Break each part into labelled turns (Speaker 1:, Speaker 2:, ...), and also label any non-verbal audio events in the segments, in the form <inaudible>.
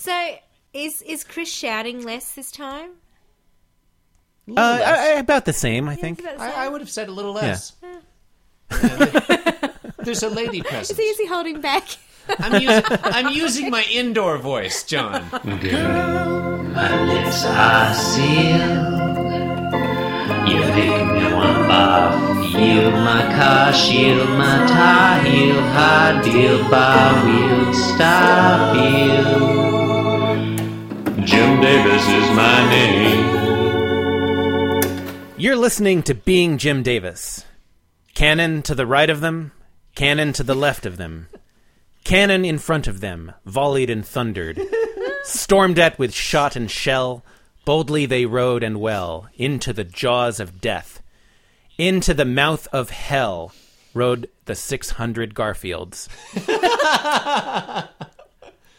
Speaker 1: So is is Chris shouting less this time?
Speaker 2: Uh, I- I- about the same, I think.
Speaker 1: Is
Speaker 3: I,
Speaker 1: that-
Speaker 3: I would have said a little less. There's a lady
Speaker 1: Is
Speaker 3: present.
Speaker 1: he, is he holding back?
Speaker 3: I'm using, I'm using my indoor voice, John.
Speaker 4: My lips are sealed. You make me want off. Yield my car, shield my tie, heel, high deal, bar wheel, stop you. Jim Davis is my name.
Speaker 2: You're listening to Being Jim Davis. Cannon to the right of them, cannon to the left of them. Cannon in front of them, volleyed and thundered. Stormed at with shot and shell, boldly they rode and well, into the jaws of death. Into the mouth of hell rode the 600 Garfields.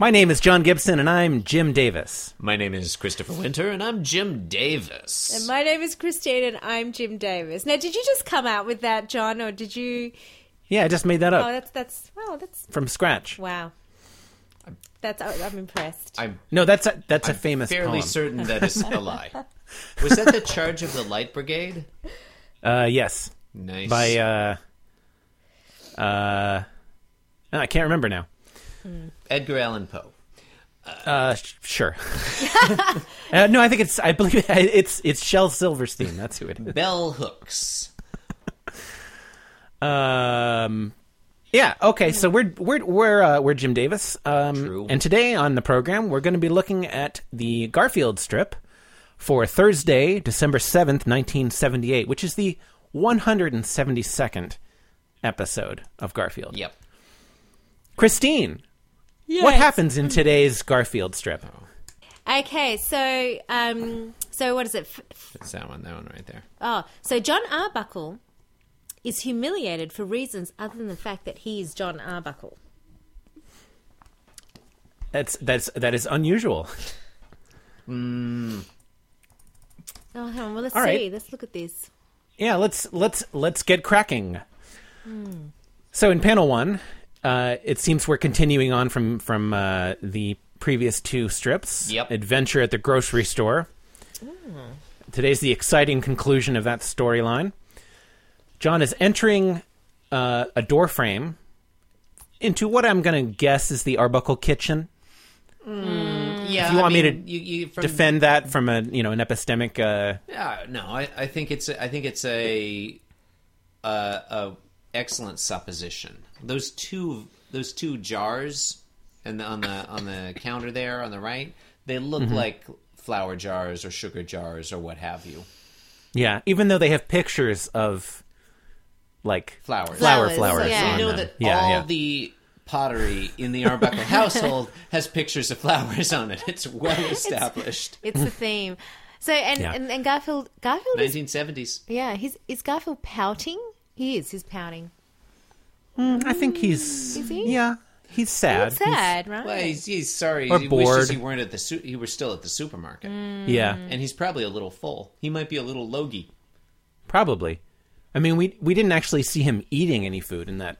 Speaker 2: My name is John Gibson, and I'm Jim Davis.
Speaker 3: My name is Christopher Winter, and I'm Jim Davis.
Speaker 1: And <laughs> my name is Christine, and I'm Jim Davis. Now, did you just come out with that, John, or did you?
Speaker 2: Yeah, I just made that
Speaker 1: Oh,
Speaker 2: up
Speaker 1: that's that's wow, that's
Speaker 2: from scratch.
Speaker 1: wow. That's I- I'm impressed.
Speaker 3: I'm
Speaker 2: No, that's a, that's a famous
Speaker 3: fairly
Speaker 2: poem.
Speaker 3: certain that is a
Speaker 2: <laughs>
Speaker 3: lie. Was that the charge of the Light Brigade?
Speaker 2: Uh, yes,
Speaker 3: Nice.
Speaker 2: by uh, uh, no, I can't remember now.
Speaker 3: Edgar Allan Poe.
Speaker 2: Uh, sh- sure. <laughs> uh, no, I think it's. I believe it's it's Shel Silverstein. That's who it is.
Speaker 3: Bell Hooks.
Speaker 2: Um, yeah. Okay. So we're we're we're uh, we're Jim Davis. Um,
Speaker 3: True.
Speaker 2: And today on the program, we're going to be looking at the Garfield strip for Thursday, December seventh, nineteen seventy eight, which is the one hundred and seventy second episode of Garfield.
Speaker 3: Yep.
Speaker 2: Christine, what happens in today's Garfield strip?
Speaker 1: Okay, so um, so what is it? F- f-
Speaker 3: That's that one. That one right there.
Speaker 1: Oh, so John Arbuckle is humiliated for reasons other than the fact that he is John Arbuckle.
Speaker 2: That's that's that is unusual.
Speaker 1: Oh, hang on. Well, let's
Speaker 2: All
Speaker 1: see.
Speaker 2: right.
Speaker 1: Let's look at this.
Speaker 2: Yeah, let's let's let's get cracking. So in panel one, uh, it seems we're continuing on from from uh, the previous two strips.
Speaker 3: Yep.
Speaker 2: Adventure at the grocery store. Today's the exciting conclusion of that storyline. John is entering uh, a door frame into what I'm going to guess is the Arbuckle kitchen.
Speaker 3: Yeah.
Speaker 2: you
Speaker 3: I
Speaker 2: want me
Speaker 3: mean,
Speaker 2: to
Speaker 3: you, you, from,
Speaker 2: Defend that from a you know an epistemic. Uh,
Speaker 3: Yeah, no, I, I think it's I think it's a, a a excellent supposition. Those two those two jars and the, on the on the counter there on the right, they look
Speaker 2: Mm-hmm.
Speaker 3: like flour jars or sugar jars or what have you.
Speaker 2: yeah, even though they have pictures of like
Speaker 3: Flowers.
Speaker 2: flower
Speaker 1: Flowers,
Speaker 2: flowers.
Speaker 1: yeah.
Speaker 3: You
Speaker 2: on
Speaker 3: know
Speaker 2: them.
Speaker 3: that
Speaker 2: yeah,
Speaker 3: all
Speaker 2: yeah.
Speaker 3: the pottery in the Arbuckle household has pictures of flowers on it. It's well established.
Speaker 1: It's the theme. So and,
Speaker 2: Yeah.
Speaker 1: and, and Garfield Garfield is
Speaker 3: 1970s.
Speaker 1: yeah. He's is Garfield pouting? He is. He's pouting.
Speaker 2: I think he's. Is
Speaker 1: he?
Speaker 2: Yeah, he's sad.
Speaker 1: It's sad, right? <laughs>
Speaker 3: Well, he's, he's sorry.
Speaker 2: Or
Speaker 3: he
Speaker 2: bored.
Speaker 3: wishes he weren't at the su- he were still at the supermarket.
Speaker 2: He's- yeah,
Speaker 1: Mm.
Speaker 3: and he's probably a little full. He might be a little logy.
Speaker 2: probably. I mean, we we didn't actually see him eating any food in that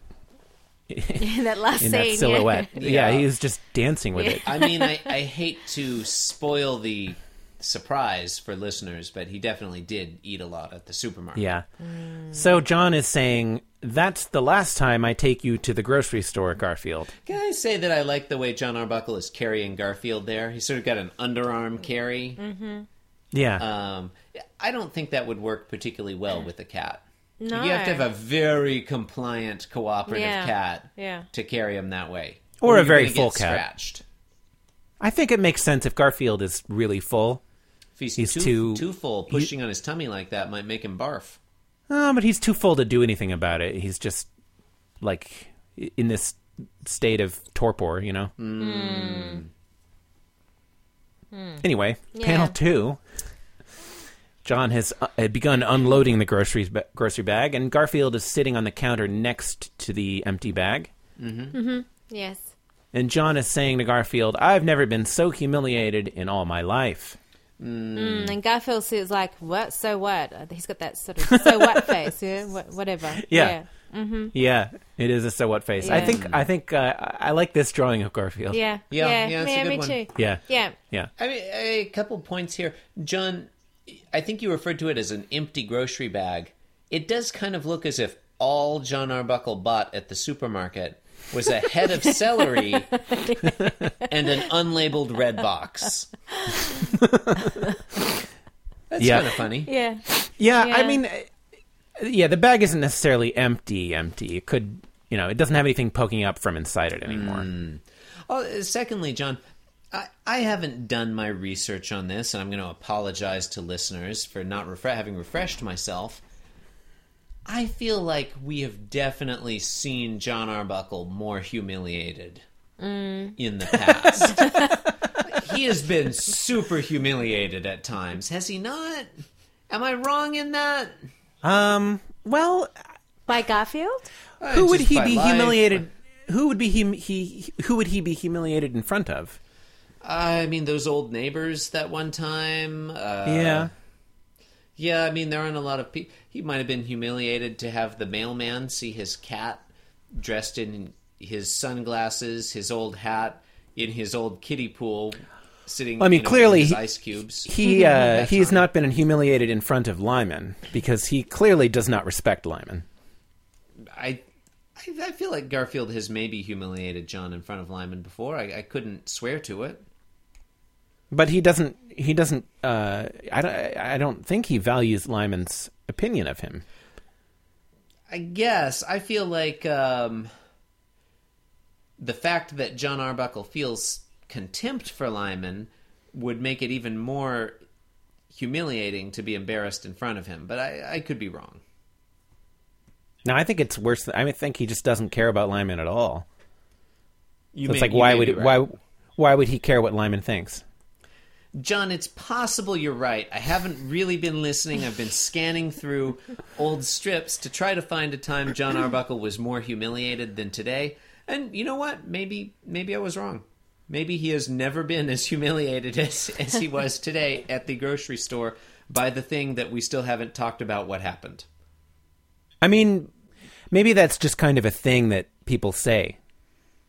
Speaker 1: in that last
Speaker 2: in
Speaker 1: scene, <laughs>
Speaker 2: that silhouette.
Speaker 1: Yeah.
Speaker 2: Yeah.
Speaker 3: Yeah.
Speaker 2: he was just dancing with
Speaker 1: <laughs>
Speaker 2: it.
Speaker 3: I mean, I, I hate to spoil the surprise for listeners, but he definitely did eat a lot at the supermarket.
Speaker 2: Yeah.
Speaker 1: Mm.
Speaker 2: So John is saying that's the last time I take you to the grocery store, Garfield.
Speaker 3: Can I say that I like the way John Arbuckle is carrying Garfield there? He sort of got an underarm carry.
Speaker 1: Mm-hmm.
Speaker 2: Yeah,
Speaker 3: Um, I don't think that would work particularly
Speaker 1: Mm.
Speaker 3: well with a cat.
Speaker 1: No.
Speaker 3: You have to have a very compliant, cooperative
Speaker 1: Yeah.
Speaker 3: cat
Speaker 1: Yeah.
Speaker 3: to carry him that way.
Speaker 2: Or a
Speaker 3: you're
Speaker 2: very
Speaker 3: gonna
Speaker 2: full
Speaker 3: get
Speaker 2: cat.
Speaker 3: Scratched.
Speaker 2: I think it makes sense if Garfield is really full.
Speaker 3: If he's,
Speaker 2: He's
Speaker 3: too,
Speaker 2: too-
Speaker 3: too full, pushing on his tummy like that might make him barf.
Speaker 2: Oh, but he's too full to do anything about it. He's just like in this state of torpor, you know.
Speaker 1: Hmm.
Speaker 2: Anyway, panel two. John has uh, had begun unloading the groceries ba- grocery bag, and Garfield is sitting on the counter next to the empty bag.
Speaker 1: Yes.
Speaker 2: And John is saying to Garfield, "I've never been so humiliated in all my life."
Speaker 3: Mm.
Speaker 1: And Uh, <laughs>
Speaker 3: <laughs>
Speaker 1: Garfield is like, what? So what? He's got that sort of so what face, yeah, what, whatever.
Speaker 2: Yeah. Yeah, it is a so what face.
Speaker 1: Mm-hmm.
Speaker 2: I
Speaker 1: Yeah.
Speaker 2: think I think uh, I I like this drawing of Garfield.
Speaker 1: Yeah.
Speaker 3: Yeah,
Speaker 1: Yeah.
Speaker 3: yeah, it's a
Speaker 1: yeah,
Speaker 3: good
Speaker 1: me
Speaker 3: one.
Speaker 1: too.
Speaker 2: yeah,
Speaker 1: Yeah.
Speaker 2: yeah.
Speaker 3: I mean, a couple points here, John. I think you referred to it as an empty grocery bag. It does kind of look as if all John Arbuckle bought at the supermarket was a head of celery and an unlabeled red box. That's
Speaker 2: Yeah.
Speaker 3: kind of funny.
Speaker 1: Yeah.
Speaker 2: Yeah, I
Speaker 1: Yeah.
Speaker 2: mean, uh, yeah, the bag isn't necessarily empty. Empty. It could, you know, it doesn't have anything poking up from inside it anymore.
Speaker 3: Oh, uh, secondly, John, I, I haven't done my research on this, and I'm going to apologize to listeners for not refre- having refreshed myself. I feel like we have definitely seen John Arbuckle more humiliated in the past. he has been super humiliated at times, has he not? Am I wrong in that?
Speaker 2: Um. Well,
Speaker 1: By Garfield?
Speaker 3: Uh,
Speaker 2: who would
Speaker 3: just
Speaker 2: he
Speaker 3: by
Speaker 2: be
Speaker 3: life.
Speaker 2: humiliated? Who would be hum- he? Who would he be humiliated in front of?
Speaker 3: I mean, those old neighbors that one time. Uh,
Speaker 2: yeah.
Speaker 3: Yeah, I mean, there aren't a lot of people. He might have been humiliated to have the mailman see his cat dressed in his sunglasses, his old hat, in his old kiddie pool, sitting.
Speaker 2: I
Speaker 3: you
Speaker 2: mean,
Speaker 3: know, in
Speaker 2: clearly
Speaker 3: his
Speaker 2: he-
Speaker 3: ice cubes.
Speaker 2: He uh,
Speaker 3: <laughs> That's
Speaker 2: he has
Speaker 3: fine.
Speaker 2: not been humiliated in front of Lyman because he clearly does not respect Lyman.
Speaker 3: I, I, I feel like Garfield has maybe humiliated John in front of Lyman before. I, I couldn't swear to it.
Speaker 2: But he doesn't. He doesn't. Uh, I don't. I don't think he values Lyman's opinion of him.
Speaker 3: I guess I feel like um, the fact that John Arbuckle feels contempt for Lyman would make it even more humiliating to be embarrassed in front of him. But I, I could be wrong.
Speaker 2: No, I think it's worse. Than, I mean, think he just doesn't care about Lyman at all.
Speaker 3: You
Speaker 2: It's
Speaker 3: may-
Speaker 2: like
Speaker 3: you
Speaker 2: why
Speaker 3: may
Speaker 2: would
Speaker 3: be
Speaker 2: it,
Speaker 3: right.
Speaker 2: why why would he care what Lyman thinks?
Speaker 3: John? It's possible you're right. I haven't really been listening. I've been scanning through old strips to try to find a time John Arbuckle was more humiliated than today. And you know what? Maybe maybe I was wrong. Maybe he has never been as humiliated <laughs> as, as he was today at the grocery store by the thing that we still haven't talked about what happened.
Speaker 2: I mean, maybe that's just kind of a thing that people say.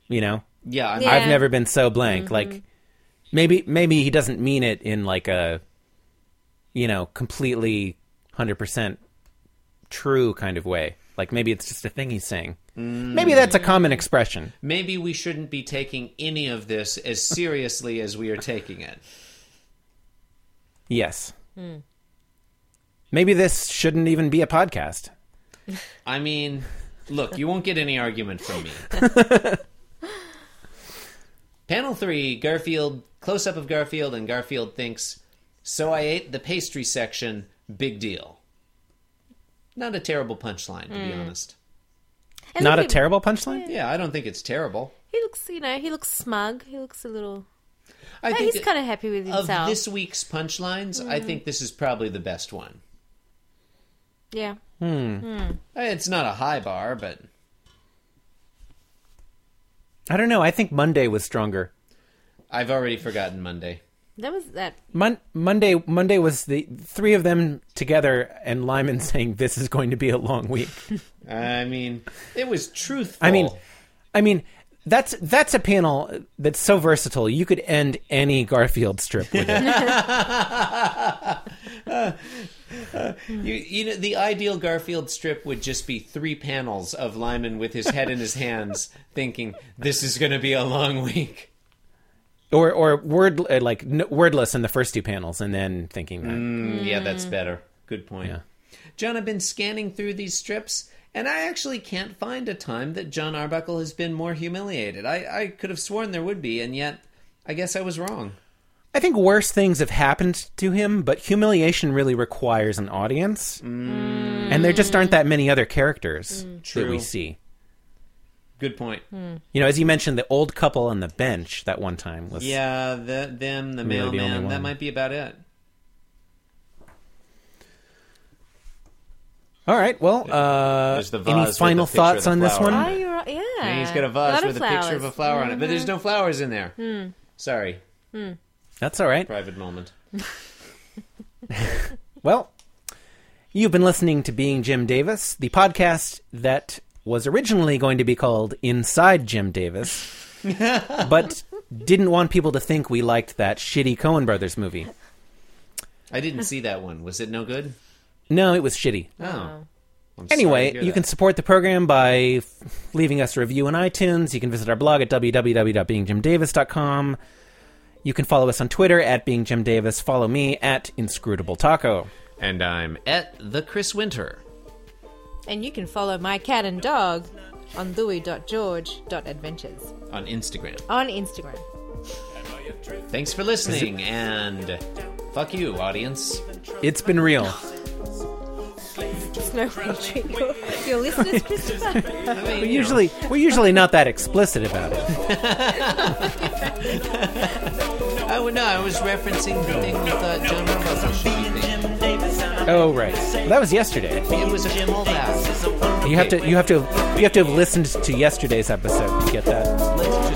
Speaker 2: You know,
Speaker 3: Yeah, I'm,
Speaker 1: Yeah. Mm-hmm.
Speaker 2: I've never been so blank. Like maybe maybe he doesn't mean it in like a you know completely hundred percent true kind of way. Like maybe it's just a thing he's saying.
Speaker 3: Mm.
Speaker 2: Maybe that's a common expression.
Speaker 3: maybe we shouldn't be taking any of this as seriously as we are taking it.
Speaker 2: Yes.
Speaker 1: Hmm.
Speaker 2: Maybe this shouldn't even be a podcast.
Speaker 3: I mean, look, you won't get any argument from me.
Speaker 1: <laughs>
Speaker 3: Panel three Garfield, close up of Garfield, and Garfield thinks, So I ate the pastry section, big deal. Not a terrible punchline, to
Speaker 1: Mm.
Speaker 3: be honest.
Speaker 1: And
Speaker 2: Not a
Speaker 1: look, he-
Speaker 2: terrible punchline.
Speaker 3: Yeah, I don't think it's terrible.
Speaker 1: He looks, you know, he looks smug. He looks a little.
Speaker 3: I
Speaker 1: No,
Speaker 3: think
Speaker 1: he's
Speaker 3: that
Speaker 1: kind of happy with
Speaker 3: of
Speaker 1: himself. Mm.
Speaker 3: this week's punchlines, I think this is probably the best one.
Speaker 1: Yeah.
Speaker 3: Eh, It's not a high bar, but
Speaker 2: I don't know. I think Monday was stronger.
Speaker 3: I've already forgotten Monday.
Speaker 1: That was that.
Speaker 2: Mon- Monday Monday was the three of them together and Lyman <laughs> saying this is going to be a long week.
Speaker 3: I mean, it was truthful.
Speaker 2: I mean I mean that's that's a panel that's so versatile. You could end any Garfield strip with
Speaker 3: <laughs>
Speaker 2: it.
Speaker 3: You, you know, the ideal Garfield strip would just be three panels of Lyman with his head in his <laughs> hands, thinking, "This is going to be a long week."
Speaker 2: or or word uh, like n- wordless in the first two panels and then thinking that.
Speaker 3: Mm, Yeah, that's better. Good point. John, I've been scanning through these strips, and I actually can't find a time that John Arbuckle has been more humiliated. I, I could have sworn there would be, and yet I guess I was wrong.
Speaker 2: I think worse things have happened to him, but humiliation really requires an audience. And there just aren't that many other characters that
Speaker 3: Mm. True.
Speaker 2: we see.
Speaker 3: Good point.
Speaker 2: You know, as you mentioned, the old couple on the bench that one time was
Speaker 3: Yeah, the, them, the
Speaker 2: Really the
Speaker 3: mailman.
Speaker 2: only
Speaker 3: that
Speaker 2: one.
Speaker 3: might be about it.
Speaker 2: All right. Well, uh,
Speaker 3: There's the vase
Speaker 2: any
Speaker 3: with
Speaker 2: final
Speaker 3: the picture of
Speaker 2: thoughts
Speaker 3: the
Speaker 2: on this
Speaker 3: flower
Speaker 2: one?
Speaker 3: in
Speaker 1: Oh, you're right. Yeah.
Speaker 3: And he's got a vase
Speaker 1: Uh, lot of
Speaker 3: with a picture of a
Speaker 1: flowers. Mm-hmm. Hmm.
Speaker 3: flower on it, but there's no flowers in there. Sorry,
Speaker 2: That's all right.
Speaker 3: private moment.
Speaker 2: Well, you've been listening to Being Jim Davis, the podcast that was originally going to be called Inside Jim Davis,
Speaker 3: <laughs>
Speaker 2: but didn't want people to think we liked that shitty Coen Brothers movie.
Speaker 3: I didn't see that one. Was it no
Speaker 1: <laughs>
Speaker 3: good?
Speaker 2: No, it was shitty.
Speaker 3: Oh. I'm sorry to
Speaker 2: Anyway,
Speaker 3: hear
Speaker 2: you
Speaker 3: that.
Speaker 2: can support the program by f- leaving us a review on iTunes. You can visit our blog at www.beingjimdavis.com. You can follow us on Twitter at beingjimdavis. Follow me at inscrutable taco.
Speaker 3: And I'm at the Chris Winter.
Speaker 1: And you can follow my cat and dog on louis.george.adventures
Speaker 3: on Instagram.
Speaker 1: on Instagram.
Speaker 3: Thanks for listening, and fuck you,
Speaker 2: <laughs>
Speaker 3: audience.
Speaker 2: It's been real.
Speaker 1: It's no way to treat your, <laughs> your listeners, Christopher.
Speaker 3: I mean,
Speaker 2: We're
Speaker 3: you know.
Speaker 2: usually we're usually not that explicit about it.
Speaker 3: I would oh, no, I was referencing the thing with uh, John Rambo should be thing.
Speaker 2: Oh right, that was yesterday.
Speaker 3: It was a callback.
Speaker 2: You have to you have to you have to have listened to yesterday's episode to get that.
Speaker 3: Let's